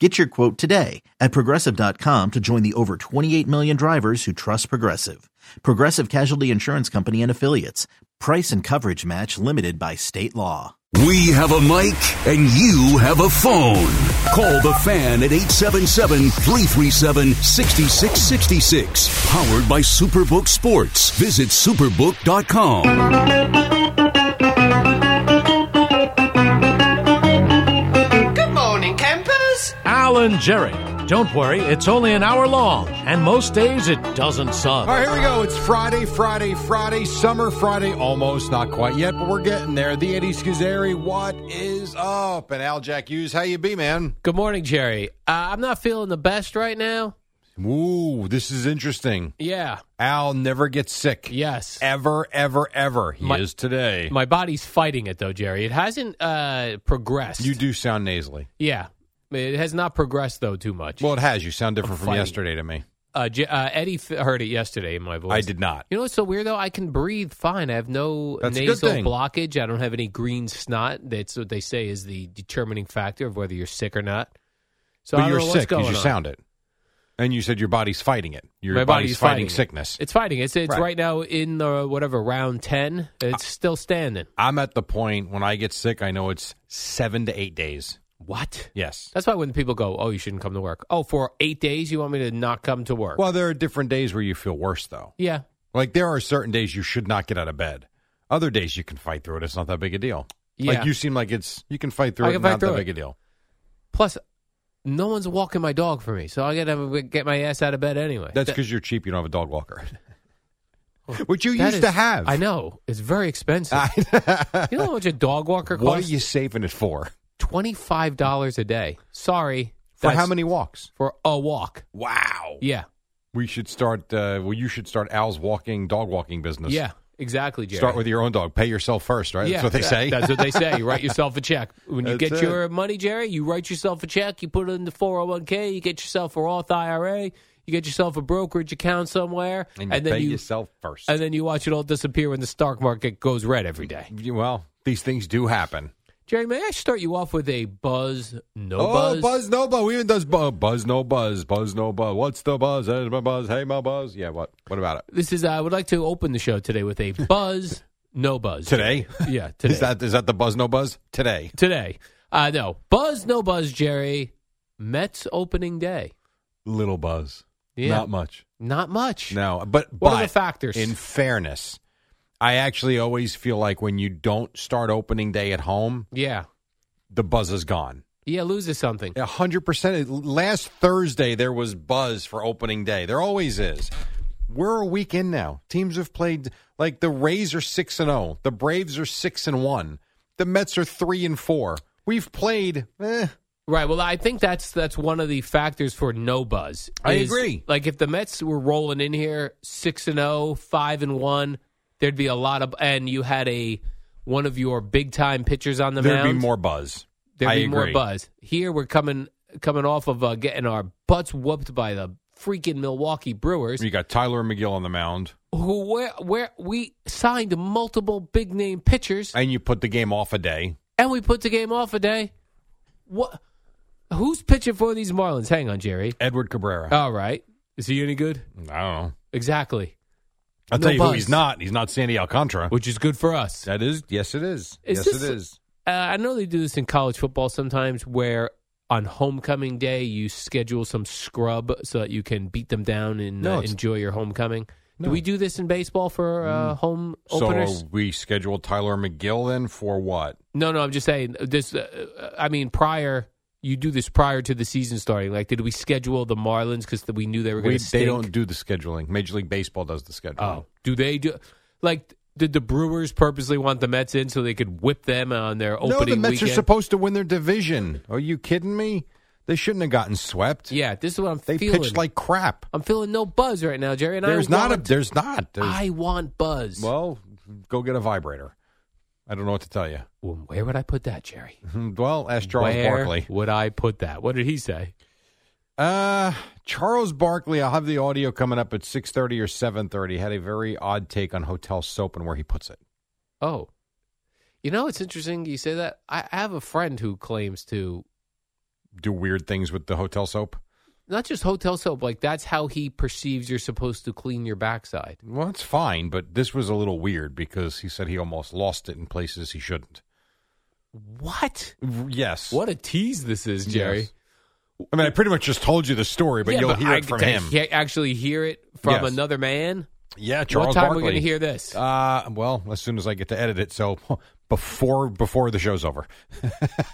Get your quote today at progressive.com to join the over 28 million drivers who trust Progressive. Progressive Casualty Insurance Company and Affiliates. Price and coverage match limited by state law. We have a mic and you have a phone. Call the fan at 877 337 6666. Powered by Superbook Sports. Visit superbook.com. Good morning, campers. Alan Jerry. Don't worry, it's only an hour long, and most days it doesn't All suck. right, here we go. It's Friday, Friday, Friday, summer Friday, almost, not quite yet, but we're getting there. The Eddie Schizzeri, what is up? And Al Jack Hughes, how you be, man? Good morning, Jerry. Uh, I'm not feeling the best right now. Ooh, this is interesting. Yeah. Al never gets sick. Yes. Ever, ever, ever. He My- is today. My body's fighting it though, Jerry. It hasn't uh, progressed. you do sound nasally. Yeah. It has not progressed though too much. Well, it has. You sound different from fighting. yesterday to me. uh, J- uh, Eddie f- heard it yesterday in my voice. I did not. You know what's so weird though? I can breathe fine. I have no That's a good nasal thing. blockage. I don't have any green snot. That's what they say is the determining factor of whether you're sick or not. So I but don't you're know sick what's going you on. sound it. And you said your body's fighting it. Your My body's, body's fighting, fighting it. sickness. It's fighting. It's it's Right. Uh, right. now in the whatever round ten. It's still standing. I'm at the point when I get sick, I know it's seven to eight days. What? Yes. That's why when people go, oh, you shouldn't come to work. Oh, for eight days, you want me to not come to work? Well, there are different days where you feel worse, though. yeah, Like there are certain days you should not get out of bed. Other days you can fight through it. It's not that big a deal. Yeah. Like you seem like it's you can fight through I it. can not fight through that it. big a deal. Plus, no one's walking my dog for me, so I gotta get my ass out of bed anyway. That's That- because you're cheap. You don't have a dog walker, which you that used is- to have. I know it's very expensive. you know how much a dog walker costs? What are you saving it for? Twenty five dollars a day. Sorry For how That's- many walks? For a walk. Wow. Yeah, We should start. Uh, well, you should start Al's walking dog walking business. yeah, exactly. Jerry. Start with your own dog. Pay yourself first, right? That's what they that- say. That's what they say. You write yourself a check. When you That's it. get your money, Jerry, you write yourself a check, you put it in the 401k, you get yourself a Roth IRA, you get yourself a brokerage account somewhere, and you pay then you yourself first. and then you watch it all disappear when the stock market goes red every day. well, these things do happen. Jerry, may I start you off with a buzz no oh, buzz? no buzz. We even does bu- uh, buzz, no buzz, buzz, no buzz. What's the buzz? Hey, my buzz. Hey, my buzz. Yeah, what? What about it? This is I would like to open the show today with a buzz no buzz. Today? Yeah, today. Is that is that the buzz, no buzz? Today. today. Uh no. Buzz no buzz, Jerry. Mets opening day. Little buzz. Yeah. Not much. Not much. No, but What are the but factors? In fairness, I actually always feel like when you don't start opening day at home, Yeah. the buzz is gone. Yeah, loses something. A hundred percent. Last Thursday there was buzz for opening day. There always is. We're a week in now. Teams have played like the Rays are six and zero. The Braves are six and one. The Mets are three and four. We've played. Eh, Right. Well, I think that's that's one of the factors for no buzz. I agree. Like if the Mets were rolling in here 6 and 0, 5 and 1, there'd be a lot of and you had a one of your big time pitchers on the there'd mound. be more buzz. there'd I be more agree. buzz. Here we're coming coming off of uh, getting our butts whooped by the freaking Milwaukee Brewers. You got Tyler McGill on the mound. who where where we signed multiple big name pitchers And you put the game off a day. and we put the game off a day. What? Who's pitching for these Marlins? Hang on, Jerry. Edward Cabrera. All right, is he any good? I don't know. Exactly, I'll No tell you who buzz. he's not. He's not Sandy Alcantara. which is good for us. That is, yes, it is. Is yes, this- it is. Uh, I know they do this in college football sometimes, where on homecoming day you schedule some scrub so that you can beat them down and No, uh, it's- enjoy your homecoming. No. Do we do this in baseball for uh, Mm. home openers? So are we scheduled Tyler McGill then for what? no, no. I'm just saying this. Uh, I mean, prior you do this prior to the season starting. Like, did we schedule the Marlins because we knew they were going We, to? they don't do the scheduling. Major League Baseball does the scheduling. Oh, do they do? Like, did the Brewers purposely want the Mets in so they could whip them on their opening no, the Mets weekend? are supposed to win their division. Are you kidding me? They shouldn't have gotten swept. yeah, this is what I'm they feeling. pitched like crap. I'm feeling no buzz right now, Jerry. And There's I not a. want, There's not. There's, I want buzz. well, go get a vibrator. I don't know what to tell you. Well, where would I put that, Jerry? Well, ask Charles where Barkley. would I put that? What did he say? Uh, Charles Barkley, I'll have the audio coming up at 6.30 or 7.30, had a very odd take on hotel soap and where he puts it. Oh, you know, it's interesting you say that. I, I have a friend who claims to Do weird things with the hotel soap? not just hotel soap, like that's how he perceives you're supposed to clean your backside. Well, that's fine, but this was a little weird because he said he almost lost it in places he shouldn't. What? Yes. What a tease this is, Jerry. Yes. I mean, I pretty much just told you the story, but Yeah, you'll hear I- it from to him. he- actually hear it from Yes. another man. Yeah, Charles what time Barkley. are we going to hear this? Uh, well, as soon as I get to edit it, so before before the show's over,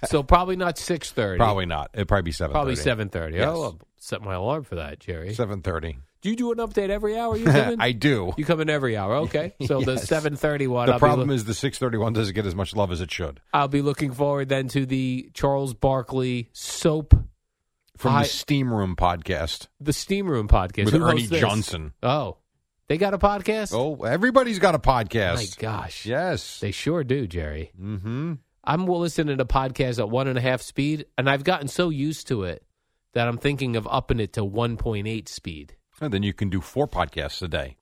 so probably not six thirty. probably not. It'd probably be seven. probably seven thirty. Yes. Oh, I'll set my alarm for that, Jerry. Seven thirty. do you do an update every hour? You come in? I do. You come in every hour. Okay. So the Yes. seven thirty one. the I'll problem be loo- is the six thirty one doesn't get as much love as it should I'll be looking forward then to the Charles Barkley soap, from I- the Steam Room podcast. the Steam Room podcast With Who Ernie hosts this? Johnson. Oh, they got a podcast. Oh, everybody's got a my podcast. gosh. Yes. They sure do, Jerry. mm-hmm. I'm listening to podcasts at one and a half speed, and I've gotten so used to it that I'm thinking of upping it to 1.8 speed. And then you can do four podcasts a day.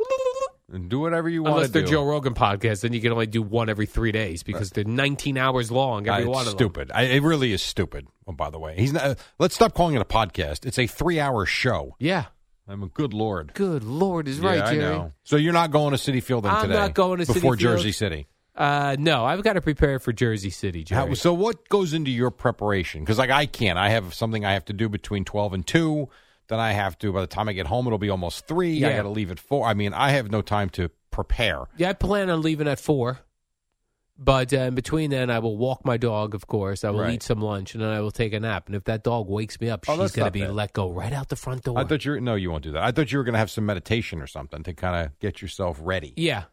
And do whatever you want Unless to they're do. Joe Rogan podcasts, then you can only do one every three days because they're 19 hours long. Uh, Every one it's of them. stupid. I, it really is stupid. Oh, by the way, he's not. Uh, let's stop calling it a podcast. It's a three-hour show. Yeah. I'm a good lord. Good Lord is right, yeah, Jerry. I know. So you're not going to City Field then I'm today? not going to Citi before Field. Jersey City. Uh, no, I've got to prepare for Jersey City, Jerry. How, so what goes into your preparation? Because like I can't. I have something I have to do between twelve and two. Then I have to. By the time I get home, it'll be almost three. I Yeah. got to leave at four. I mean, I have no time to prepare. yeah, I plan on leaving at four. But uh, in between then, I will walk my dog, of course. I will Right. eat some lunch, and then I will take a nap. And if that dog wakes me up, Oh, she's that's going to not be bad. let go right out the front door. I thought you were, no, you won't do that. I thought you were going to have some meditation or something to kind of get yourself ready. Yeah.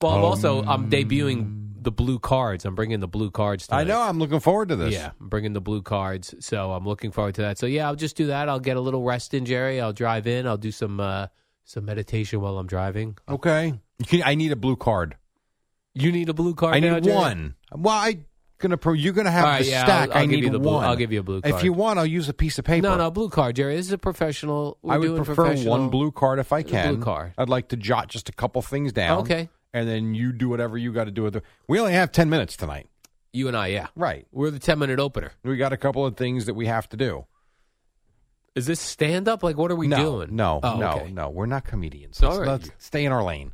Well, I'm also I'm debuting the blue cards. I'm bringing the blue cards. Tonight. Um, I know. I'm looking forward to this. Yeah, I'm bringing the blue cards, so I'm looking forward to that. So yeah, I'll just do that. I'll get a little rest in, Jerry. I'll drive in. I'll do some uh, some meditation while I'm driving. Okay. You can, I need a blue card. You need a blue card. I now, need Jerry? one. Well, I gonna pro. You're gonna have All right, the yeah, stack. I'll- I'll I give need you the blue- one. I'll give you a blue If card. you want, I'll use a piece of paper. No, no, blue card, Jerry. This is a professional. We're I would doing prefer one professional- blue card if I blue can. card. I'd like to jot just a couple things down. Okay. And then you do whatever you got to do with it. We only have 10 minutes tonight. You and I, yeah. Right. We're the ten minute opener. We got a couple of things that we have to do. Is this stand up? Like, what are we no, doing? No, Oh, no, okay. no. We're not comedians. All Let's, right. let's stay in our lane.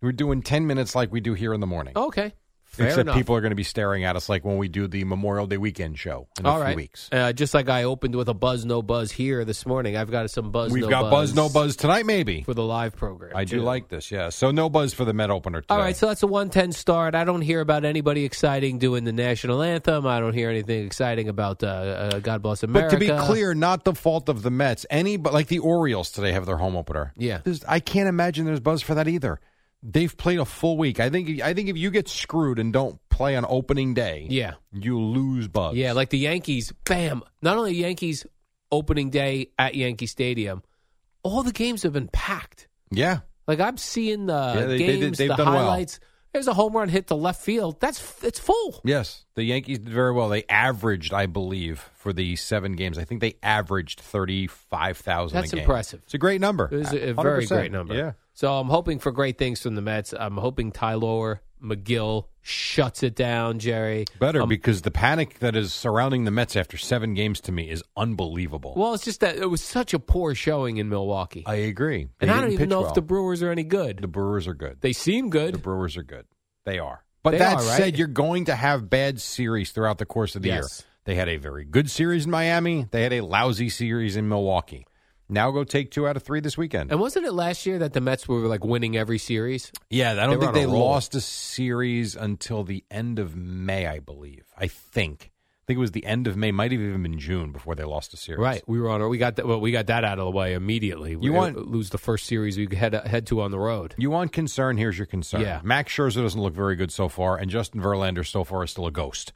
We're doing 10 minutes like we do here in the morning. Okay. Oh, Fair Except enough. people are going to be staring at us like when we do the Memorial Day weekend show in a All few right. weeks. Uh, just like I opened with a buzz, no buzz here this morning. I've got some buzz. We've no got buzz, buzz, no buzz tonight, maybe. for the live program. I do too. like this, yeah. So no buzz for the Met opener today. All right, so that's a one ten start. I don't hear about anybody exciting doing the national anthem. I don't hear anything exciting about uh, uh, God Bless America. But to be clear, not the fault of the Mets. Any, but like the Orioles today have their home opener. Yeah. There's- I can't imagine there's buzz for that either. They've played a full week. I think. I think if you get screwed and don't play on opening day, yeah, you lose buzz. yeah, like the Yankees, bam! Not only Yankees opening day at Yankee Stadium, all the games have been packed. yeah. Like I'm seeing the Yeah, they- they did- games, they've the done well. highlights. There's a home run hit to left field. That's it's full. Yes, the Yankees did very well. They averaged, I believe, for the seven games. I think they averaged thirty-five thousand. That's impressive. It's a great number. It is a- a very 100%. great number. Yeah, So I'm hoping for great things from the Mets. I'm hoping Ty Lower McGill shuts it down, Jerry. Better Um, because the panic that is surrounding the Mets after seven games to me is unbelievable. Well, it's just that it was such a poor showing in Milwaukee, I agree. They and I don't didn't even pitch know well. if the Brewers are any good. the Brewers are good. they seem The good. Brewers are good. They are. But They that are, right? said, you're going to have bad series throughout the course of the Yes. year. They had a very good series in Miami. They had a lousy series in Milwaukee. Now go take two out of three this weekend. And wasn't it last year that the Mets were like winning every series? Yeah, I They don't were think on a they roll. lost a series until the end of May, I believe. I think. I think it was the end of May. Might have even been June before they lost a series. Right, we were on. our We got that. Well, we got that out of the way immediately. we want- lose the first series we head head to on the road. You want concern? Here's your concern. Yeah. Max Scherzer doesn't look very good so far, and Justin Verlander so far is still a ghost.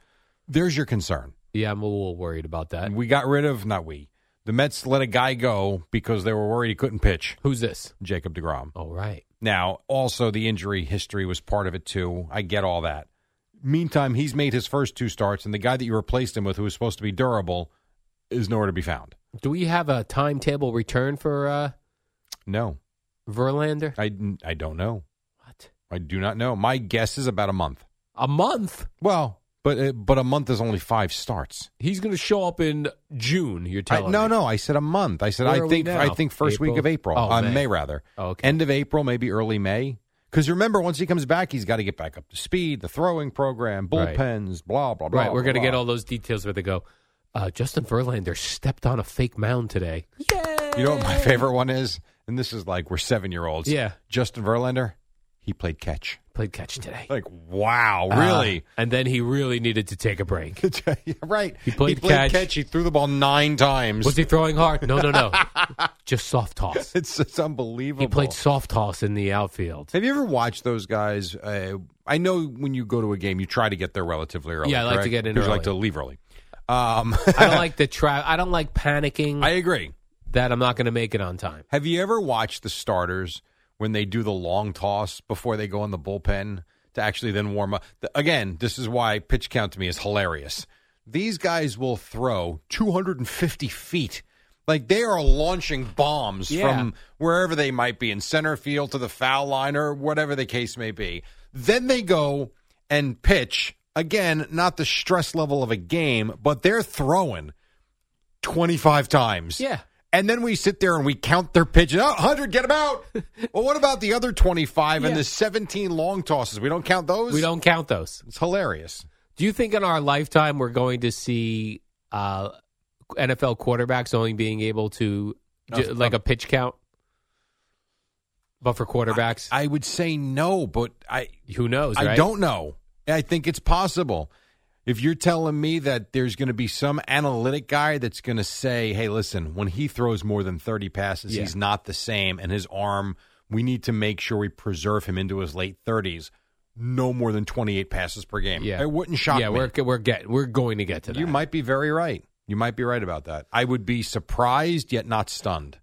There's your concern. Yeah, I'm a little worried about that. And we got rid of not we. The Mets let a guy go because they were worried he couldn't pitch. Who's this? Jacob Degrom. All right. Now, also the injury history was part of it too. I get all that. Meantime, he's made his first two starts, and the guy that you replaced him with, who was supposed to be durable, is nowhere to be found. Do we have a timetable return for uh, No, Verlander? I I don't know. What? I do not know. My guess is about a month. A month? Well, but uh, but a month is only five starts. He's going to show up in June. You're I- telling no, me? no. I said a month. I said Where are I we think now? I think first week April? of April, Oh, uh, May. May. rather. Oh, okay. End of April, maybe early May. Because remember, once he comes back, he's got to get back up to speed. The throwing program, Right. bullpens, blah blah blah. Right. We're blah, going to get blah. all those details where they go. Uh, Justin Verlander stepped on a fake mound today. You know what my favorite one is, and this is like we're seven year olds. Yeah. Justin Verlander, he played catch. Played catch today. Like wow, really? Uh, and then he really needed to take a break. Yeah, right. He played catch. He threw the ball nine times. Was he throwing hard? No, no, no. Just soft toss. it's, it's unbelievable. He played soft toss in the outfield. Have you ever watched those guys? Uh, I know when you go to a game, you try to get there relatively early. Yeah, I like to correct? get in Because you early. like to leave early. Um, I don't like the trap. I don't like panicking I agree. that I'm not going to make it on time. Have you ever watched the starters when they do the long toss before they go in the bullpen to actually then warm up? Th- Again, this is why pitch count to me is hilarious. These guys will throw 250 feet. Like they are launching bombs Yeah. from wherever they might be in center field to the foul line or whatever the case may be. Then they go and pitch. Again, not the stress level of a game, but they're throwing 25 times. Yeah. And then we sit there and we count their pitches. Oh, 100, get them out. well, what about the other 25 and Yeah. the 17 long tosses? We don't count those? We don't count those. It's hilarious. Do you think in our lifetime we're going to see uh, NFL quarterbacks only being able to No, ju- like a pitch count? But for quarterbacks, I would say no, but I who knows? I right? don't know. I think it's possible. If you're telling me that there's going to be some analytic guy that's going to say, "Hey, listen, when he throws more than 30 passes, Yeah. he's not the same and his arm, we need to make sure we preserve him into his late 30s, no more than 28 passes per game." Yeah, It wouldn't shock yeah, me. we're we're get we're going to get to that. You might be very right. You might be right about that. I would be surprised yet not stunned.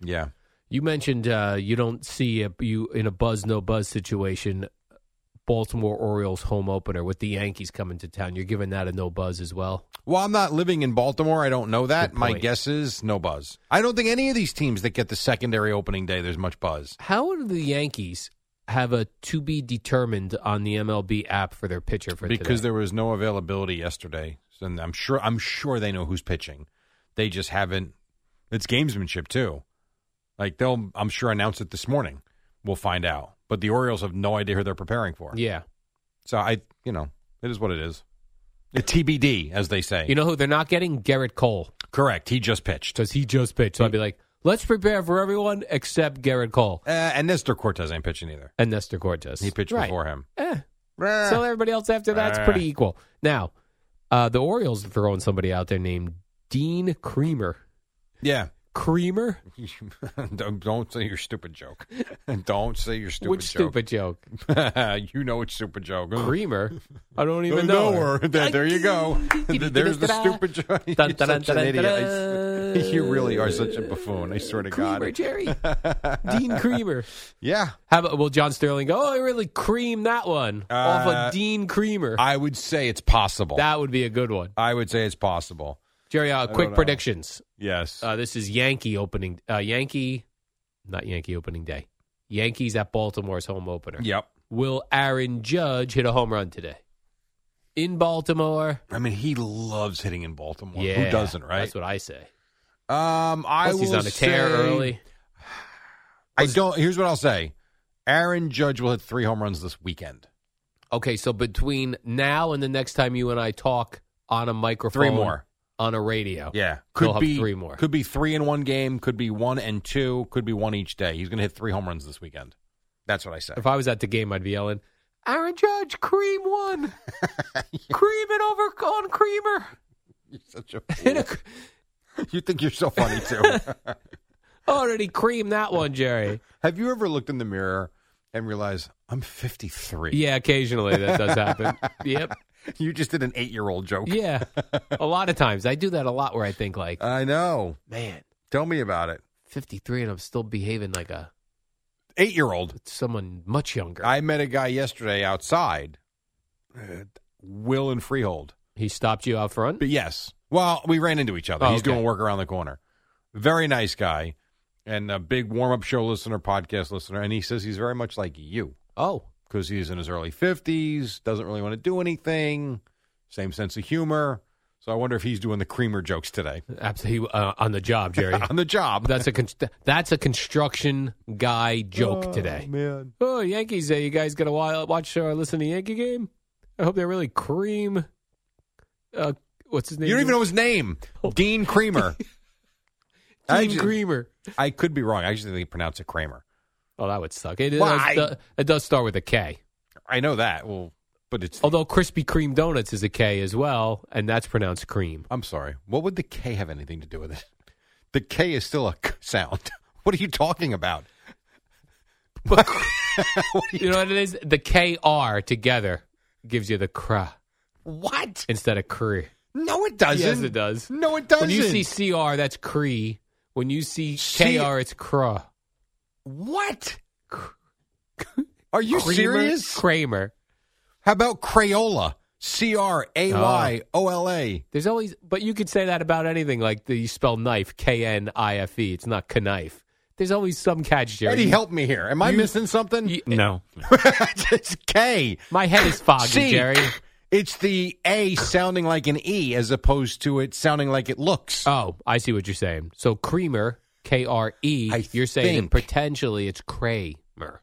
Yeah. You mentioned uh, you don't see a, you in a buzz no buzz situation. Baltimore Orioles home opener with the Yankees coming to town. You're giving that a no buzz as well. Well, I'm not living in Baltimore. I don't know that. Good My point. guess is no buzz. I don't think any of these teams that get the secondary opening day, there's much buzz. How do the Yankees have a to be determined on the MLB app for their pitcher for because today? there was no availability yesterday. And I'm sure I'm sure they know who's pitching. They just haven't it's gamesmanship too. Like they'll I'm sure announce it this morning. We'll find out. But the Orioles have no idea who they're preparing for. yeah. So I, you know, it is what it is. A TBD, as they say. You know who they're not getting? Garrett Cole Correct. He just pitched. Uh, because he just pitched. So I'd be like, let's prepare for everyone except Garrett Cole Uh, and Nestor Cortez ain't pitching either. and Nestor Cortez. He pitched Right. before him. Eh. So everybody else after that's Eh. pretty equal. Now, uh, the Orioles are throwing somebody out there named Dean Creamer. Yeah. Creamer? don't, don't say your stupid joke. don't say your stupid Which joke. stupid joke? you know it's stupid joke. Creamer? I don't Oh, even know. no, her. or- there there you go. There's the stupid joke. You're Dun, dun, such dun, an dun, idiot. I dun. s- You really are such a buffoon. I swear to God. Creamer, Jerry. Dean Creamer. Yeah. How about will John Sterling go? Oh, I really creamed that one off Uh, of Dean Creamer. I would say it's possible. that would be a good one, I would say it's possible. Jerry. Uh, don't quick know. predictions. Yes. Uh, this is uh, Yankee opening. Uh, Yankee not Yankee opening day. Yankees at Baltimore's home opener. Yep. Will Aaron Judge hit a home run today? In Baltimore? I mean, he loves hitting in Baltimore. Yeah. Who doesn't, right? That's what I say. um, I Plus, he's will on a tear say- early. I don't. Here's what I'll say: Aaron Judge will hit three home runs this weekend. Okay, so between now and the next time you and I talk on a microphone, Three more. on a radio. Yeah, He'll could have be three more. Could be three in one game. Could be one and two. Could be one each day. He's going to hit three home runs this weekend. That's what I said. If I was at the game, I'd be yelling, "Aaron Judge, cream one, cream it over on creamer." You're such a In fool. a- you think you're so funny too. already creamed that one, Jerry. Have you ever looked in the mirror and realized I'm 53? Yeah, occasionally that does happen. yep. you just did an eight-year-old joke. Yeah. A lot of times I do that a lot, where I think like, I know. man, Tell me about it. fifty three, and I'm still behaving like a Eight-year-old. someone much younger. I met a guy yesterday outside, uh, Will and Freehold. he stopped you out front. But yes, well, we ran into each other. Oh, He's okay. doing work around the corner. Very nice guy, and a big warm-up show listener, podcast listener, and he says he's very much like you Oh, because he's in his early fifties, doesn't really want to do anything, same sense of humor. So I wonder if he's doing the creamer jokes today absolutely uh, on the job, Jerry. on the job. That's a con- that's a construction guy joke today. man. Oh, Yankees Day. You guys going to watch or listen to Yankee game? I hope they really cream. Uh, what's his name? You don't even know his name, Oh. Dean Creamer. I, Dean ju- Creamer. I could be wrong. I just think they pronounce it Kramer. Oh, that would suck. It, Why? does, it does start with a K. I know that. Well, but it's. Although Krispy Kreme Donuts is a K as well, and that's pronounced cream. I'm sorry. What would the K have anything to do with it? The K is still a k sound. What are you talking about? You know what it is? The KR together gives you the cra What? instead of cre. No, it doesn't. Yes, it does. No, it doesn't. When you see CR, that's cre. When you see C- KR, it's cra. what? Are you Creamer? serious? Kramer. How about Crayola? C R A Y O L A. There's always, but you could say that about anything. Like the, you spell knife, K N I F E. It's not knife. There's always some catch, Jerry. Eddie, help me here. Am I You- missing something? you- no. it's K. My head is foggy, See, Jerry. It's the A sounding like an E as opposed to it sounding like it looks. Oh, I see what you're saying. So creamer, K R E. I You're saying that think- potentially it's Kramer.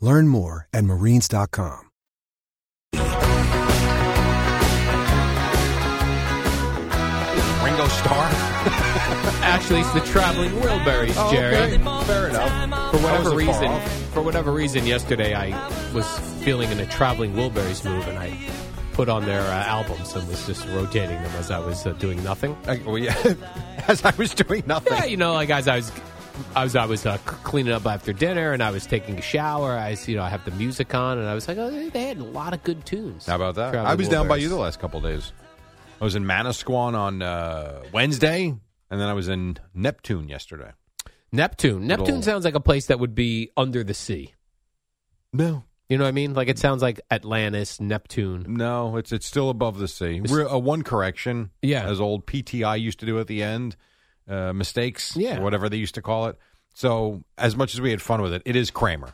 Learn more at marines.com. Ringo Starr? Actually, it's the traveling Wilburys, Oh, Jerry. okay. Fair enough. For I wasn't whatever far reason, off. for whatever reason, yesterday I was feeling in a traveling Wilburys mood, and I put on their uh, albums and was just rotating them as I was uh, doing nothing. I, well, yeah. As I was doing nothing. Yeah, you know, like as I was, I was, I was uh, c- cleaning up after dinner, and I was taking a shower. I, s- you know, I have the music on, and I was like, oh, they- they had a lot of good tunes. How about that? Traveling I was down by Wilburys. you the last couple of days. I was in Manasquan on uh, Wednesday, and then I was in Neptune yesterday. Neptune. Good Neptune old- sounds like a place that would be under the sea. No, You know what I mean? Like it sounds like Atlantis, Neptune. no, it's it's still above the sea. It's- Re- uh, one correction, Yeah. as old PTI used to do at the end, uh, mistakes, Yeah. or whatever they used to call it. So, as much as we had fun with it, it is Kramer,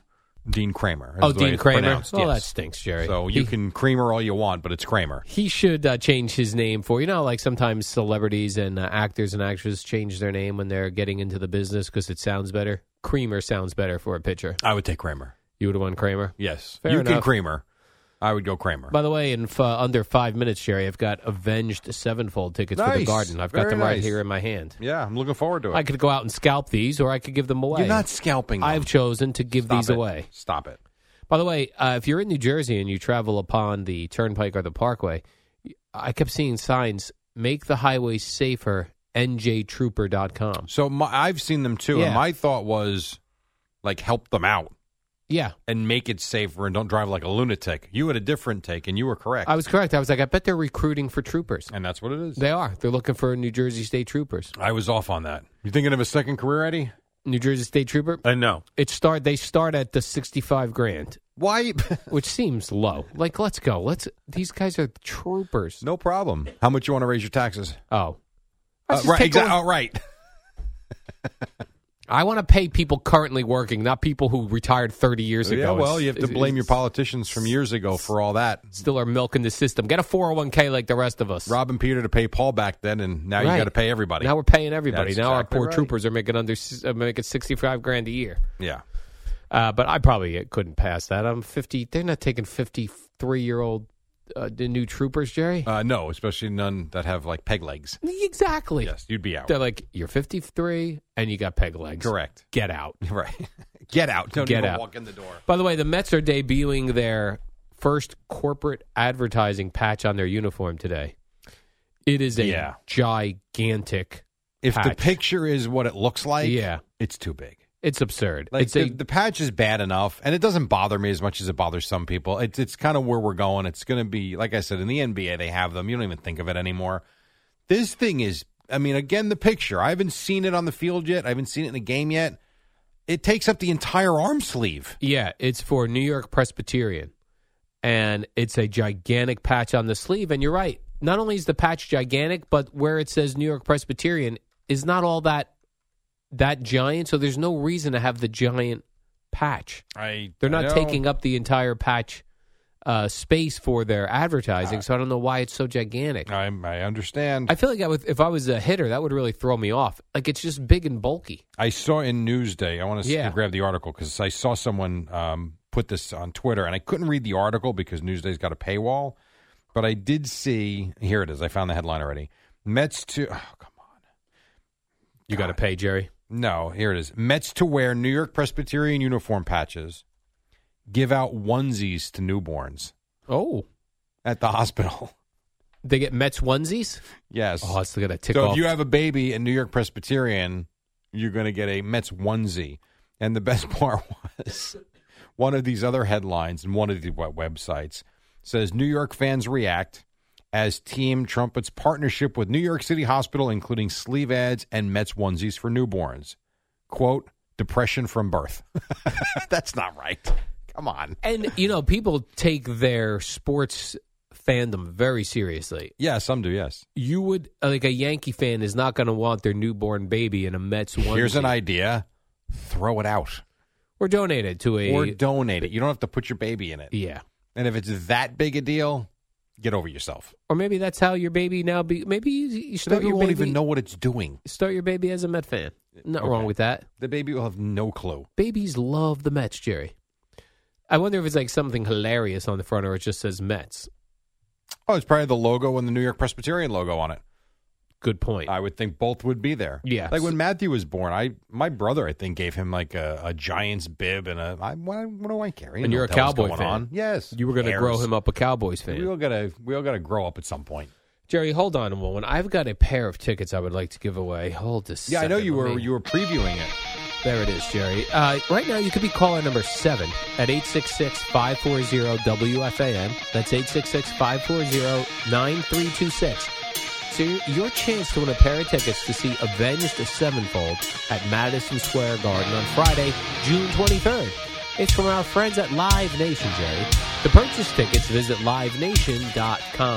Dean Kramer. is Oh, the way Dean it's Kramer. pronounced, Oh, that yes. stinks, Jerry. So you He- can Kramer all you want, but it's Kramer. He should uh, change his name for you know, like sometimes celebrities and uh, actors and actresses change their name when they're getting into the business because it sounds better. Creamer sounds better for a pitcher. I would take Kramer. You would have won Kramer. Yes, Fair you can enough. Kramer. I would go Kramer. By the way, in f- uh, under five minutes, Jerry, I've got Avenged Sevenfold tickets for the Nice. Garden. I've got Very them right nice. here in my hand. yeah, I'm looking forward to it. I could go out and scalp these, or I could give them away. You're not scalping. Them. I've chosen to give Stop these it. away. Stop it. By the way, uh, if you're in New Jersey and you travel upon the Turnpike or the Parkway, I kept seeing signs make the highway safer, njtrooper.com. So my, I've seen them too, Yeah. and my thought was, like, help them out Yeah, and make it safer, and don't drive like a lunatic. You had a different take, and you were correct. I was correct. I was like, I bet they're recruiting for troopers. and that's what it is. They are. They're looking for New Jersey State troopers. I was off on that. You thinking of a second career, Eddie? New Jersey State trooper. I know. It start. They start at the sixty-five grand, Why? which seems low. Like, let's go. Let's. These guys are troopers. no problem. How much you want to raise your taxes? Oh, Uh, Let's just right. take Exactly. over- Oh, right. I want to pay people currently working, not people who retired thirty years yeah. ago. Well, It's- you have to it's- blame your it's- politicians from years ago for all that. still are milking the system. Get a 401k like the rest of us. Rob and Peter to pay Paul back then, and now you Right. got to pay everybody. Now we're paying everybody. That's now our exactly poor right. troopers are making under s- uh, making 65 grand a year. yeah. Uh, but I probably couldn't pass that. I'm 50. They're not taking 53 year old uh, the new troopers, Jerry. Uh, no, especially none that have like peg legs. exactly. Yes, you'd be out. They're like you're 53 and you got peg legs. Correct. Get out. Right. Get out. Don't Get even out. walk in the door. By the way, the Mets are debuting their first corporate advertising patch on their uniform today. It is a Yeah. gigantic. If the patch. picture is what it looks like, Yeah. it's too big. It's absurd. Like it's the, a the patch is bad enough, and it doesn't bother me as much as it bothers some people. It's it's kind of where we're going. It's going to be like I said in the NBA, they have them. You don't even think of it anymore. This thing is. I mean, again, the picture. I haven't seen it on the field yet. I haven't seen it in the game yet. It takes up the entire arm sleeve. Yeah, it's for New York Presbyterian. And it's a gigantic patch on the sleeve. And you're right. Not only is the patch gigantic, but where it says New York Presbyterian is not all that that giant. So there's no reason to have the giant patch. I. They're not taking up the entire patch uh, space for their advertising. so I don't know why it's so gigantic. I, I understand. I feel like I would, if I was a hitter, that would really throw me off. Like it's just big and bulky. I saw in Newsday. I want to Yeah. grab the article because I saw someone um, put this on Twitter, and I couldn't read the article because Newsday's got a paywall. But I did see. Here it is. I found the headline already. Mets to. Oh, come on. You got to pay, Jerry. No, here it is. Mets to wear New York Presbyterian uniform patches. Give out onesies to newborns Oh, at the hospital. they get Mets onesies. Yes. Oh, it's gonna tick so off. if you have a baby in New York Presbyterian, you're going to get a Mets onesie. And the best part was one of these other headlines and one of the web- websites says New York fans react as team trumpets partnership with New York City Hospital, including sleeve ads and Mets onesies for newborns. Quote, depression from birth. That's not right. Come on. and you know, people take their sports fandom very seriously. Yeah, some do, yes. You would like a Yankee fan is not going to want their newborn baby in a Mets onesie. Here's an idea throw it out or donate it to a or donate it. You don't have to put your baby in it. yeah, And if it's that big a deal, get over yourself. or maybe that's how your baby now be. Maybe you, you The start baby your won't baby, even know what it's doing. Start your baby as a Met fan. Not Okay. wrong with that. The baby will have no clue. Babies love the Mets, Jerry. I wonder if it's like something hilarious on the front or it just says Mets. Oh, it's probably the logo and the New York Presbyterian logo on it. Good point. I would think both would be there. Yeah. Like when Matthew was born, I my brother I think gave him like a, a Giants bib and a I, what, what do I care? He And didn't you're know what the a hell's Cowboy going fan. On. Yes. you were going to grow Harris. him up a Cowboys fan. We all gotta we all gotta grow up at some point. Jerry, hold on a moment. I've got a pair of tickets I would like to give away. Hold this. Yeah, I know you were you were previewing it. There it is, Jerry. Uh, right now, you could be caller number seven at 866 540 WFAN. That's 866 540 9326. So, your- your chance to win a pair of tickets to see Avenged Sevenfold at Madison Square Garden on Friday, June 23rd. It's from our friends at Live Nation, Jerry. To purchase tickets, visit livenation.com.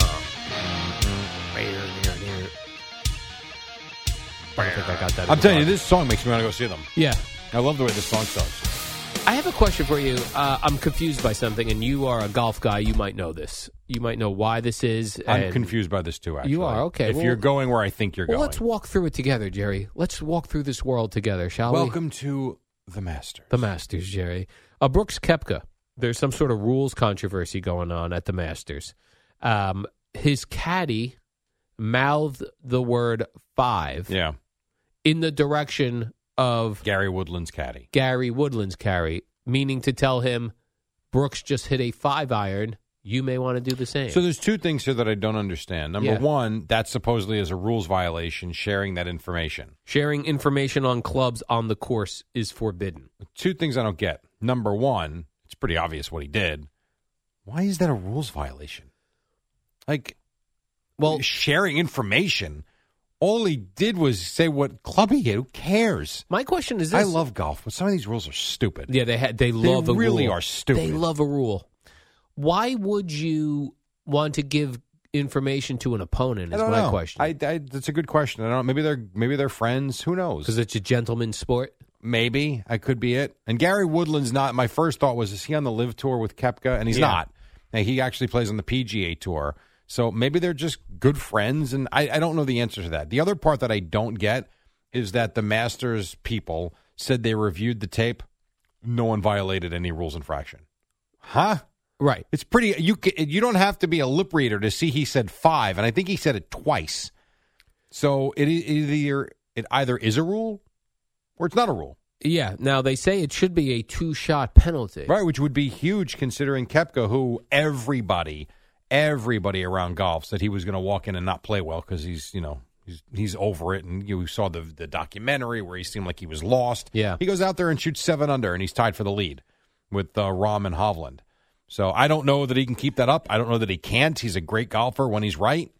I don't think I got that. I'm telling you, right. this song makes me want to go see them. Yeah. I love the way this song starts. I have a question for you. Uh, I'm confused by something, and you are a golf guy. You might know this. You might know why this is. I'm and- confused by this too. Actually, You are? Okay, If well- you're going where I think you're Well, going, let's walk through it together, Jerry. Let's walk through this world together, shall we? welcome to the Masters. The Masters, Jerry. Uh, Brooks Kepka. There's some sort of rules controversy going on at the Masters. Um, his caddy mouthed the word five yeah, in the direction of Gary Woodland's caddy. Gary Woodland's carry, meaning to tell him Brooks just hit a five iron. You may want to do the same. So there's two things here that I don't understand. Number Yeah. one, that supposedly is a rules violation, sharing that information. Sharing information on clubs on the course is forbidden. Two things I don't get. Number one, it's pretty obvious what he did. Why is that a rules violation? Like, Well, sharing information. All he did was say what club he hit. Who cares? my question is this: I love golf, but some of these rules are stupid. Yeah, they had. They They love. a really rule. are stupid. They love a rule. Why would you want to give information to an opponent? I Is don't my know. question. I, I, that's a good question. I don't. know. Maybe they're maybe they're friends. Who knows? because it's a gentleman's sport. Maybe I could be it. And Gary Woodland's not. My first thought was, is he on the live tour with Kepka? And he's Yeah. not. And he actually plays on the PGA tour. So maybe they're just good friends. And I, I don't know the answer to that. The other part that I don't get is that the Masters people said they reviewed the tape. No one violated any rules infraction. Huh? Right. It's pretty. You ca- you don't have to be a lip reader to see he said five, and I think he said it twice. So it, i- it either it either is a rule or it's not a rule, Yeah. Now they say it should be a two-shot penalty. right? Which would be huge considering Kepka, who everybody everybody around golf said he was going to walk in and not play well because he's you know. He's, he's over it, and you saw the the documentary where he seemed like he was lost. Yeah. he goes out there and shoots seven under, and he's tied for the lead with uh, Rahm and Hovland. So I don't know that he can keep that up. I don't know that he can't. He's a great golfer when he's right,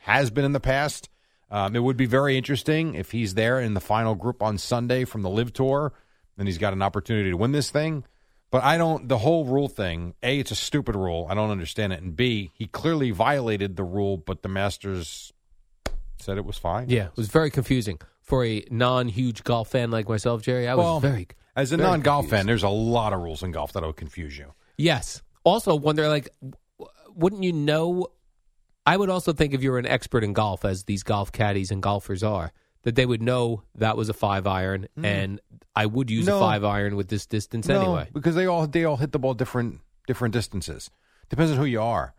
has been in the past. Um, it would be very interesting if he's there in the final group on Sunday from the Live Tour, then he's got an opportunity to win this thing. But I don't, the whole rule thing, A, it's a stupid rule. I don't understand it. And B, he clearly violated the rule, but the Masters said it was fine. Yeah. It was very confusing for a non-huge golf fan like myself, Jerry. I was Well, very As a very non golf confused. fan, there's a lot of rules in golf that would confuse you. Yes. Also, wonder like, w- wouldn't you know? I would also think if you were an expert in golf, as these golf caddies and golfers are, that they would know that was a five iron, and I would use Hmm. No. a five iron with this distance No, anyway. because they all they all hit the ball different different distances. Depends on who you are.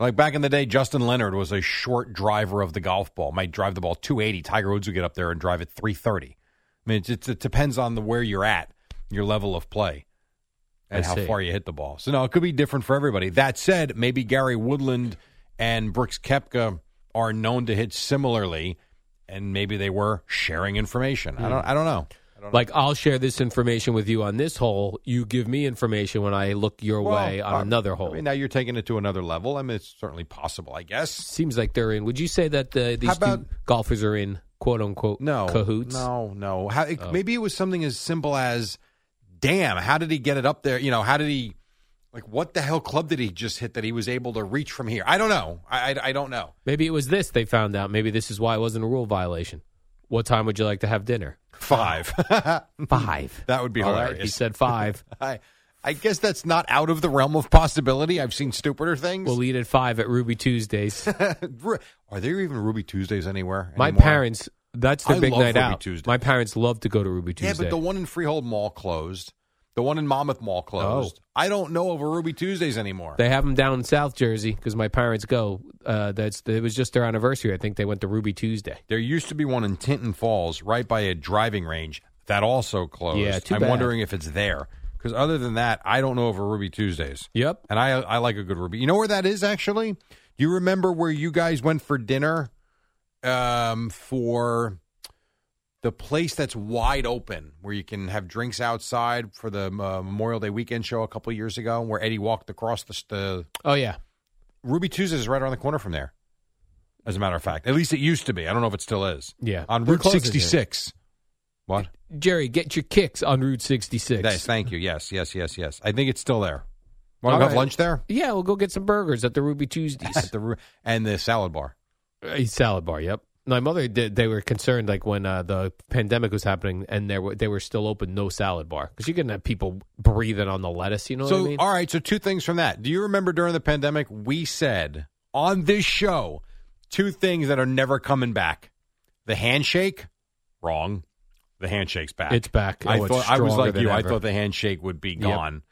Like back in the day, Justin Leonard was a short driver of the golf ball. Might drive the ball 280. Tiger Woods would get up there and drive it 330. I mean, it, just- it depends on the where you're at, your level of play, and I how see. far you hit the ball. So no, it could be different for everybody. That said, maybe Gary Woodland and Brooks Kepka are known to hit similarly, and maybe they were sharing information. Hmm. I don't. I don't know. Like, I'll share this information with you on this hole. You give me information when I look your Well, way on uh, another I hole. mean, now you're taking it to another level. I mean, it's certainly possible, I guess. Seems like they're in. Would you say that the, these about- two golfers are in quote unquote No, cahoots? Oh. No, no. How, it, Maybe it was something as simple as, "Damn, how did he get it up there? You know, how did he? Like, what the hell club did he just hit that he was able to reach from here? I don't know. I, I, I don't know. Maybe it was this they found out. Maybe this is why it wasn't a rule violation. What time would you like to have dinner? Five. Five. That would be All right, hilarious. he said five. I, I guess that's not out of the realm of possibility. I've seen stupider things. we'll eat at five at Ruby Tuesdays. Ru- Are there even Ruby Tuesdays anywhere? My anymore? parents, That's the I big love night Ruby out. Tuesday. My parents love to go to Ruby Tuesday. Oh. Yeah, but the one in Freehold Mall closed. The one in Monmouth Mall closed. I don't know of a Ruby Tuesdays anymore. They have them down in South Jersey because my parents go. Uh, that's it was just their anniversary. I think they went to Ruby Tuesday. there used to be one in Tinton Falls, right by a driving range, that also closed. Yeah, too I'm bad. wondering if it's there because other than that, I don't know of a Ruby Tuesdays. Yep. And I I like a good Ruby. You know where that is actually? Do you remember where you guys went for dinner um for the place that's wide open where you can have drinks outside for the uh, Memorial Day weekend show a couple years ago where Eddie walked across the, the Oh yeah, Ruby Tuesdays is right around the corner from there. As a matter of fact, at least it used to be. I don't know if it still is. Yeah. on They're Route closing it. sixty six. What? Jerry, get your kicks on Route sixty six. Yes, thank you. Yes, yes, yes, yes. I think it's still there. Want to All have right. lunch there? Yeah, we'll go get some burgers at the Ruby At Tuesdays the Ru- and the salad bar. A salad bar. Yep. My mother did. They were concerned like when uh, the pandemic was happening and there were they were still open no salad bar because you couldn't have people breathing on the lettuce. You know so, what I mean? all right. So, two things from that. Do you remember during the pandemic we said on this show two things that are never coming back? The handshake, wrong. The handshake's back. It's back. I Oh, it's thought I was stronger like than you. I ever. thought the handshake would be Yep. gone,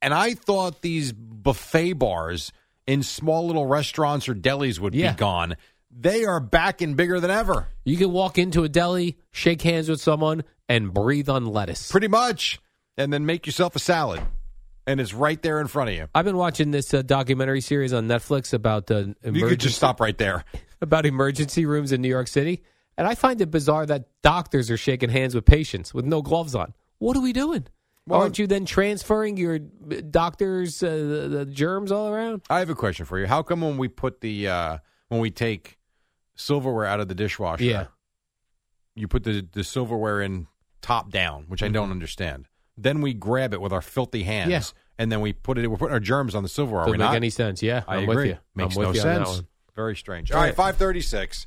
and I thought these buffet bars in small little restaurants or delis would Yeah. be gone. They are back and bigger than ever. You can walk into a deli, shake hands with someone, and breathe on lettuce. pretty much, and then make yourself a salad, and it's right there in front of you. I've been watching this uh, documentary series on Netflix about uh, emergency, You could just stop right there. about emergency rooms in New York City, and I find it bizarre that doctors are shaking hands with patients with no gloves on. What are we doing? Well, Aren't you then transferring your uh, doctor's uh, the, the germs all around? I have a question for you. How come when we put the uh, when we take silverware out of the dishwasher, Yeah. you put the the silverware in top down, which I don't understand. Then we grab it with our filthy hands, Mm-hmm. Yeah. and then we put it. We're putting our germs on the silverware. are we Doesn't make not? any sense. Yeah, I am agree. with you. Makes I'm with no you on that sense. one. Very strange. All right, five thirty-six.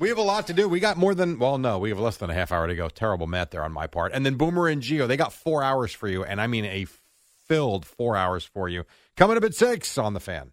We have a lot to do. We got more than well, no, we have less than a half hour to go. Terrible math there on my part. And then Boomer and Geo, they got four hours for you, and I mean a filled four hours for you. Coming up at six on the fan.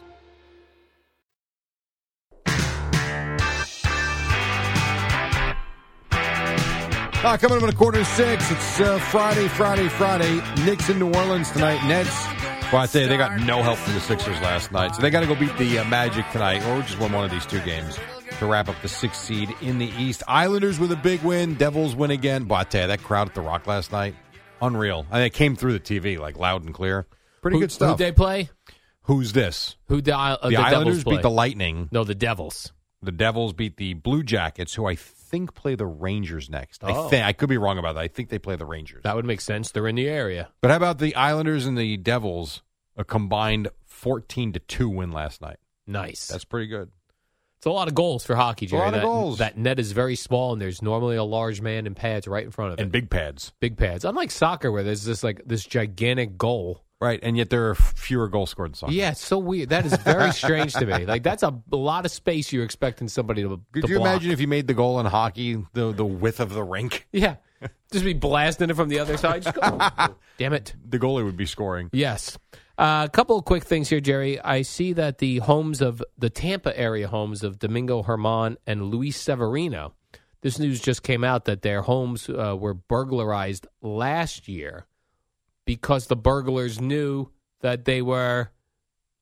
Uh, coming up at a quarter to six. It's uh, Friday, Friday, Friday. Knicks in New Orleans tonight. Nets. Well, I tell you, they got no help from the Sixers last night, so they got to go beat the uh, Magic tonight, or just win one of these two games to wrap up the sixth seed in the East. Islanders with a big win. Devils win again. But I tell you, that crowd at the Rock last night, unreal. And it came through the TV like loud and clear. Pretty Who- good stuff. Who they play? Who's this? Who the, uh, the Devils Islanders play? beat the Lightning. No, the Devils. The Devils beat the Blue Jackets, who I think play the Rangers next. I Oh. think I could be wrong about that. I think they play the Rangers. That would make sense. They're in the area. But how about the Islanders and the Devils? A combined fourteen to two win last night. Nice. That's pretty good. It's a lot of goals for hockey, a Jerry. lot of that, goals. that net is very small, and there's normally a large man in pads right in front of it. And big pads. Big pads. Unlike soccer, where there's this like this gigantic goal. Right, and yet there are f- fewer goals scored in soccer. Yeah, it's so weird. That is very strange to me. Like that's a b- lot of space you're expecting somebody to. Could to you block. imagine if you made the goal in hockey, the the width of the rink? Yeah, just be blasting it from the other side. Just go, damn it. The goalie would be scoring. Yes. Uh, a couple of quick things here, Jerry. I see that the homes of the Tampa area homes of Domingo Herman and Luis Severino. This news just came out that their homes uh, were burglarized last year because the burglars knew that they were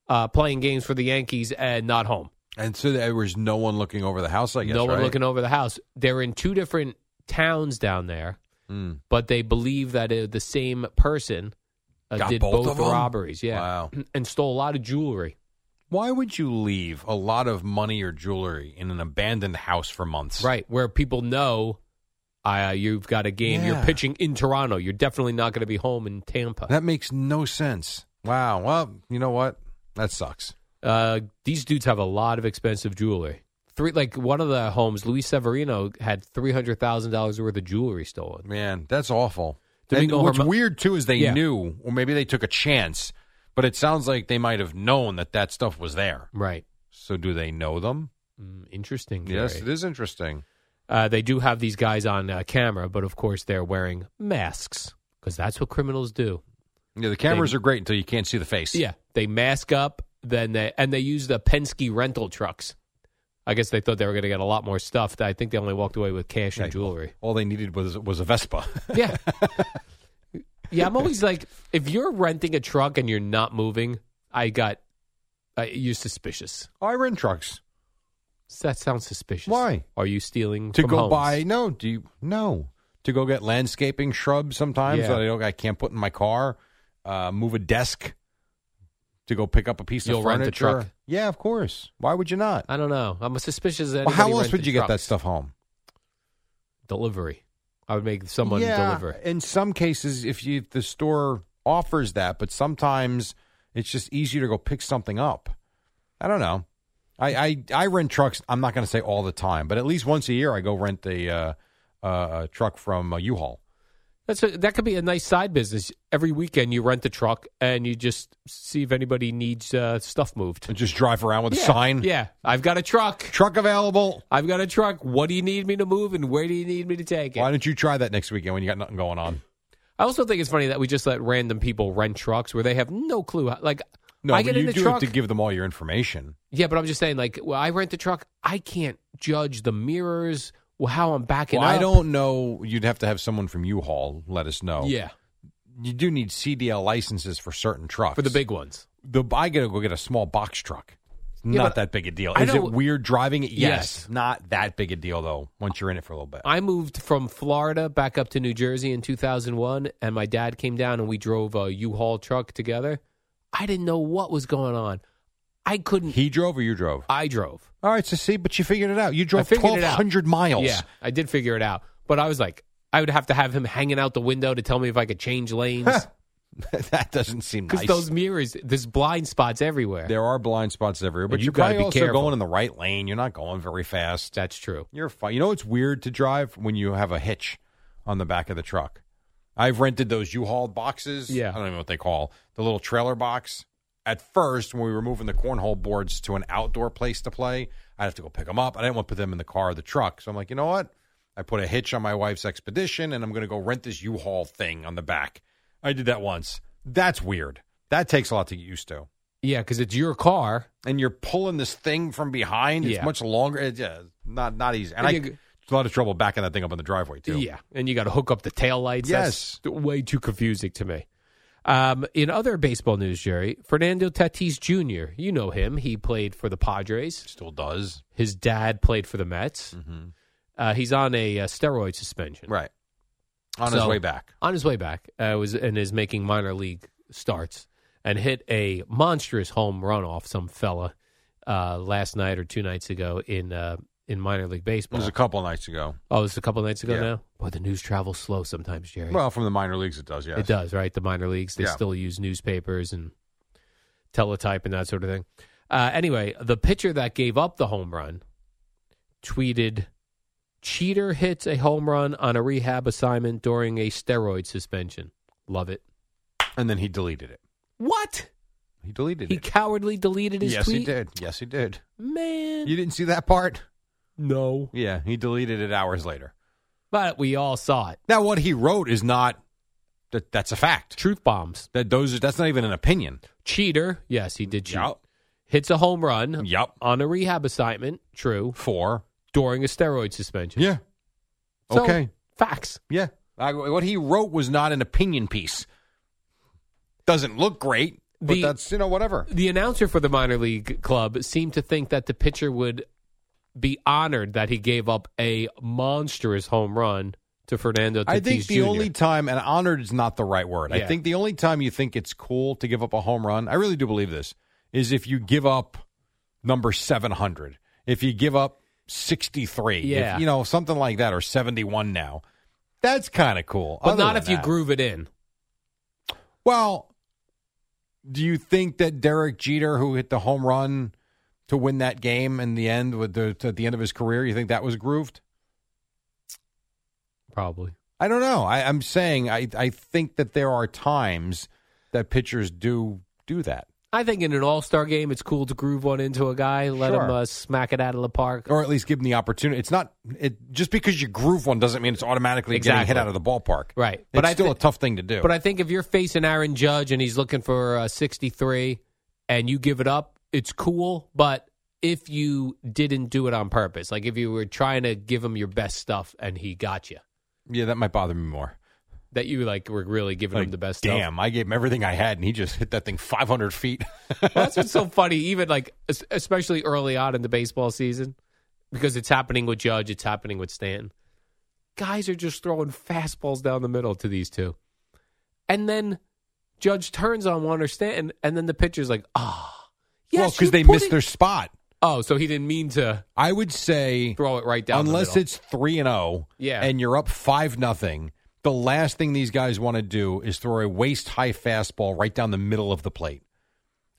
uh, playing games for the Yankees and not home. And so there was no one looking over the house. I guess no one right? looking over the house. They're in two different towns down there, Mm. but they believe that uh, the same person uh, Got did both both, of the them? robberies. Yeah, Wow. and stole a lot of jewelry. Why would you leave a lot of money or jewelry in an abandoned house for months? Right, where people know uh, you've got a game. Yeah. You're pitching in Toronto. You're definitely not going to be home in Tampa. That makes no sense. Wow. Well, you know what? That sucks. Uh, these dudes have a lot of expensive jewelry. Three, like one of the homes, Luis Severino had three hundred thousand dollars worth of jewelry stolen. Man, that's awful. Domingo and what's Herman- weird too is they Yeah. knew, or maybe they took a chance, but it sounds like they might have known that that stuff was there. Right. So do they know them? Mm, Interesting. Yes, Jerry. it is interesting. Uh, they do have these guys on uh, camera, but of course they're wearing masks because that's what criminals do. Yeah, the cameras They- are great until you can't see the face. Yeah, they mask up, then they and they use the Penske rental trucks. I guess they thought they were going to get a lot more stuff. I think they only walked away with cash Yeah, and jewelry. All they needed was was a Vespa. Yeah. yeah, I'm always like, if you're renting a truck and you're not moving, I got, uh, you're suspicious. I rent trucks That sounds suspicious. Why? Are you stealing to from go homes? buy. No, do you no to go get landscaping shrubs sometimes Yeah. that I don't I can't put in my car. Uh, move a desk to go pick up a piece You'll of rent a furniture. truck. Yeah, of course. Why would you not? I don't know. I'm suspicious. that Well, how anybody else would rented you get that trucks. stuff home? Delivery. I would make someone yeah, deliver. In some cases, if you if the store offers that, but sometimes it's just easier to go pick something up. I don't know. I I, I rent trucks. I'm not going to say all the time, but at least once a year, I go rent a uh, uh, a truck from uh, U-Haul. That's a, that could be a nice side business. Every weekend you rent a truck and you just see if anybody needs uh, stuff moved. and just drive around with a Yeah, sign. Yeah, I've got a truck. Truck available. I've got a truck. What do you need me to move and where do you need me to take it? Why don't you try that next weekend when you got nothing going on? I also think it's funny that we just let random people rent trucks where they have no clue. How, like, No, I but get you in a do truck. have to give them all your information. yeah, but I'm just saying, like, well, I rent a truck. I can't judge the mirrors, well, how I'm backing Well, up. I don't know. You'd have to have someone from U-Haul let us know. Yeah, you do need CDL licenses for certain trucks. for the big ones. the I gotta go get a small box truck. It's not Yeah, but that big a deal. I Is it don't- weird driving it? Yes. Yes. Not that big a deal though. Once you're in it for a little bit. I moved from Florida back up to New Jersey in 2001, and my dad came down and we drove a U-Haul truck together. I didn't know what was going on. I couldn't. he drove or you drove? I drove. All right, so see, but you figured it out. You I drove figured twelve it out. hundred miles. Yeah, I did figure it out, but I was like, I would have to have him hanging out the window to tell me if I could change lanes that doesn't seem because nice. those mirrors, there's blind spots everywhere. there are blind spots everywhere, but you you're gotta probably be also careful. going in the right lane. You're not going very fast. That's true. You're fine. You know it's weird to drive when you have a hitch on the back of the truck. I've rented those U-Haul boxes. Yeah. I don't even know what they call the little trailer box. At first, when we were moving the cornhole boards to an outdoor place to play, I'd have to go pick them up. I didn't want to put them in the car or the truck, so I'm like, you know what? I put a hitch on my wife's expedition, and I'm going to go rent this U-Haul thing on the back. I did that once. That's weird. That takes a lot to get used to. Yeah, because it's your car. And you're pulling this thing from behind. It's Yeah. much longer. It's yeah, not not easy. And And I, you it's a g- lot of trouble backing that thing up in the driveway too. Yeah, and you got to hook up the taillights. Yes. That's way too confusing to me. Um, in other baseball news, Jerry, Fernando Tatis Jr., you know him. He played for the Padres. Still does. His dad played for the Mets. Uh, he's on a uh, steroid suspension. Mm-hmm. Right. On his So- way back. On his way back, uh, was and is making minor league starts and hit a monstrous home run off some fella uh, last night or two nights ago in uh, in minor league It baseball. was a couple nights ago. Oh, it was a couple nights ago Yeah. now. Boy, the news travels slow sometimes, Jerry. Well, from the minor leagues, it does. Yes, It does, right? The minor leagues, they Yeah. still use newspapers and teletype and that sort of thing. Uh, anyway, the pitcher that gave up the home run tweeted Cheater hits a home run on a rehab assignment during a steroid suspension. Love it. And then he deleted it. What? He deleted He it. cowardly deleted his yes, tweet? he did. Yes, he did. Man. You didn't see that part? No. Yeah, he deleted it hours later. But we all saw it. Now, what he wrote is not that. That's a fact. Truth bombs. That those. That's not even an opinion. Cheater. Yes, he did cheat. Yup. Hits a home run Yup. on a rehab assignment. True. For During a steroid suspension. yeah. So, okay. Facts. Yeah. I, what he wrote was not an opinion piece. Doesn't look great, but The- that's you know whatever. The announcer for the minor league club seemed to think that the pitcher would be honored that he gave up a monstrous home run to Fernando Tatis I think the Jr.. only time, and honored is not the right word. Yeah. I think the only time you think it's cool to give up a home run, I really do believe this, is if you give up number 700, if you give up 63, if- Yeah. you know, something like that, or 71 now. That's kind of cool. but Other not than if you that- groove it in. Well, do you think that Derek Jeter, who hit the home run to win that game in the end, with the, at the end of his career, you think that was grooved? Probably. I don't know. I, I'm saying I, I think that there are times that pitchers do do that, I think in an all star game, it's cool to groove one into a guy, let him Sure. uh, smack it out of the park. or at least give them the opportunity. It's not it just because you groove one doesn't mean it's automatically getting hit Exactly. out of the ballpark. Right. But But it's I still thi- a tough thing to do. But I think if you're facing Aaron Judge and he's looking for uh, 63 and you give it up, it's cool. But if you didn't do it on purpose, like if you were trying to give him your best stuff and he got you, yeah, that might bother me more. that you like were really giving him the best Damn, stuff. I gave him everything I had, and he just hit that thing 500 feet. Well, that's what's so funny, even like es- especially early on in the baseball season, because it's happening with Judge, it's happening with Stanton. Guys are just throwing fastballs down the middle to these two, and then Judge turns on one or Stanton, and then the pitcher's like, ah, yes, well, because you they put missed it- their spot. Oh, so he didn't mean to I would say throw it right down. the unless middle. it's three and zero, Yeah. and you're up five nothing. The last thing these guys want to do is throw a waist high fastball right down the middle of the plate.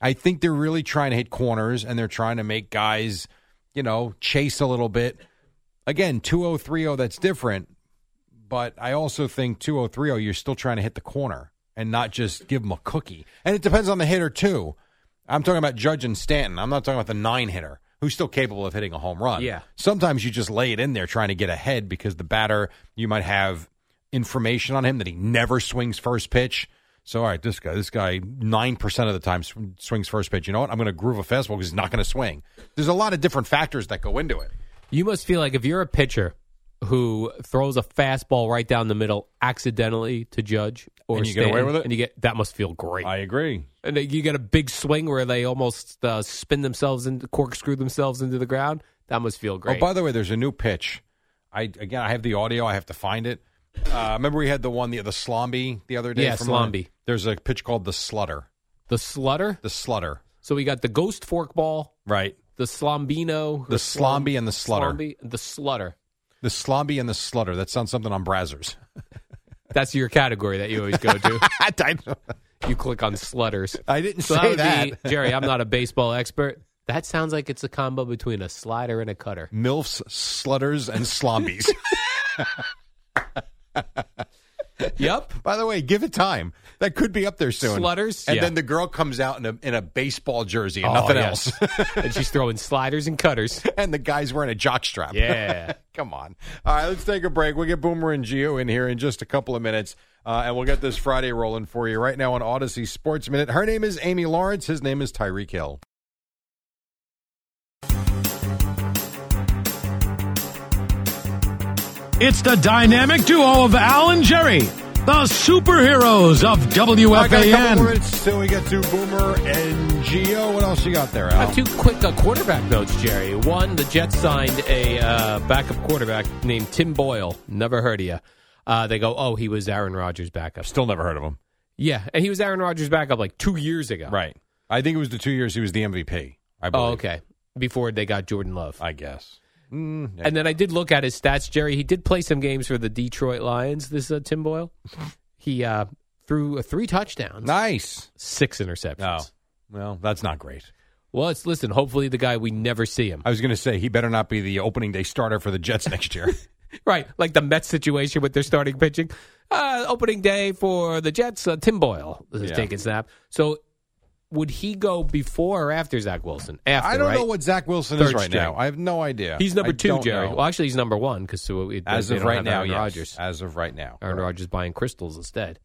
I think they're really trying to hit corners and they're trying to make guys, you know, chase a little bit. Again, 2030 oh, that's different, but I also think 2030 oh, you're still trying to hit the corner and not just give them a cookie. And it depends on the hitter too. I'm talking about Judge and Stanton. I'm not talking about the nine hitter who's still capable of hitting a home run. Yeah. Sometimes you just lay it in there trying to get ahead because the batter, you might have information on him that he never swings first pitch. So, all right, this guy, this guy, 9% of the time sw- swings first pitch. You know what? I'm going to groove a fastball because he's not going to swing. There's a lot of different factors that go into it. You must feel like if you're a pitcher who throws a fastball right down the middle accidentally to Judge or And you get away Stanton, with it? and you get that must feel great. agree. and then you get a big swing where they almost uh, spin themselves and corkscrew themselves into the ground. That must feel great. Oh, by the way, there's a new pitch. I again, I have the audio. I have to find it. Uh, remember, we had the one the the Slomby the other day. Yeah, from Slomby. There's a pitch called the Slutter. the slutter. The Slutter. So we got the ghost forkball, Right. the slombino, The Slomby and the Slutter. Slomby, the slutter. The Slomby and the Slutter. That sounds something on Brazzers. That's your category that you always go to. I typed- you click on slutters. I didn't So say would that. be- Jerry. I'm not a baseball expert. That sounds like it's a combo between a slider and a cutter. MILFs, Slutters, and Slombies. Yep. By the way, give it time. That could be up there soon. Slutters? And Yeah. Oh, then the girl comes out in a, in a baseball jersey and nothing else. and she's throwing sliders and cutters. and the guy's wearing a jockstrap. Yeah. Come on. All right, let's take a break. We'll get Boomer and Geo in here in just a couple of minutes, uh, and we'll get this Friday rolling for you right now on Odyssey Sports Minute. Her name is Amy Lawrence. His name is Tyreek Hill. It's the dynamic duo of Al and Jerry, the superheroes of I got a couple more WFAN. minutes till we get to Boomer and Geo. What else you got there, Al? I have two quick uh, quarterback notes, Jerry. One, the Jets signed a uh, backup quarterback named Tim Boyle. Never heard of you. Uh, they go, oh, he was Aaron Rodgers' backup. Still never heard of him. Yeah, and he was Aaron Rodgers' backup like two years ago. Right. I think it was the two years he was the MVP. I believe. Oh, okay. Before they got Jordan Love. I guess. and then I did look at his stats, Jerry. He did play some games for the Detroit Lions. This uh, Tim Boyle. He uh, threw uh, three touchdowns. Nice. Six interceptions. Oh, well, that's not great. Well, it's listen. Hopefully, the guy we never see him. I was going to say he better not be the opening day starter for the Jets next year. Right, like the Mets situation with their starting pitching. Uh, opening day for the Jets, uh, Tim Boyle is Yeah. taking snap. So, would he go before or after Zach Wilson? After, I don't right? know what Zach Wilson is Third right string. now. I have no idea. He's number I two, don't Jerry. know. Well, actually, he's number one because as of right now, Aaron yes. Rodgers. As of right now, Aaron Rodgers buying crystals instead.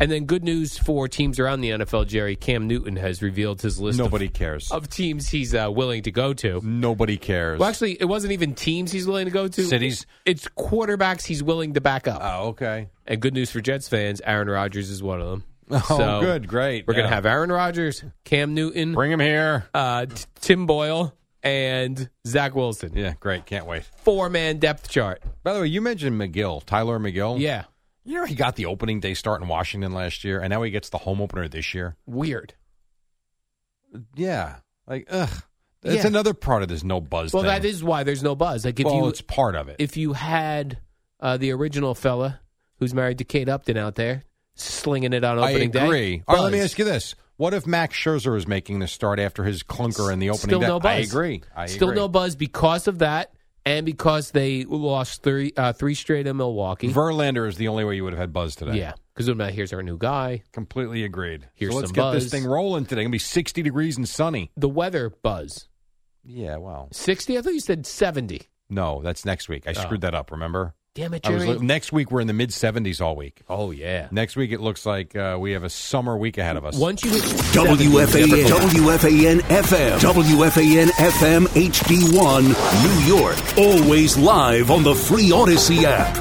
And then good news for teams around the NFL, Jerry. Cam Newton has revealed his list. Nobody of, cares. of teams he's uh, willing to go to. nobody cares. Well, actually, it wasn't even teams he's willing to go to. Cities? It's quarterbacks he's willing to back up. oh, okay. And good news for Jets fans, Aaron Rodgers is one of them. Oh, good, great. We're going Yeah. to have Aaron Rodgers, Cam Newton, Bring him here. uh, T- Tim Boyle, and Zach Wilson. Yeah, great. Can't wait. Four man depth chart. By the way, you mentioned McGill, Tyler McGill. Yeah, You know he got the opening day start in Washington last year, and now he gets the home opener this year. weird. Yeah, like ugh, that's Yeah. another part of this no buzz. Well, thing. that is why there's no buzz. Like if Well, you it's part of it. if you had uh, the original fella who's married to Kate Upton out there slinging it on I opening day, agree. All right, let me buzz. ask you this: What if Max Scherzer is making the start after his clunker in the opening Still day? no buzz. I agree. I Still agree. no buzz because of that, and because they lost three uh, three straight in Milwaukee. Verlander is the only way you would have had buzz today. yeah, because here's our new guy. completely agreed. Here's so let's some get buzz. this thing rolling today. Gonna be sixty degrees and sunny. The weather buzz Yeah, well, sixty. I thought you said seventy. no, that's next week. I screwed that up. Remember? Damn it, I was Oh. Jerry. li- next week we're in the mid seventies all week. oh yeah. Next week it looks like uh, we have a summer week ahead of us. Once you hit 70, you WFAN, never go back. WFAN FM, WFAN FM HD1, New York. Always live on the free Odyssey app.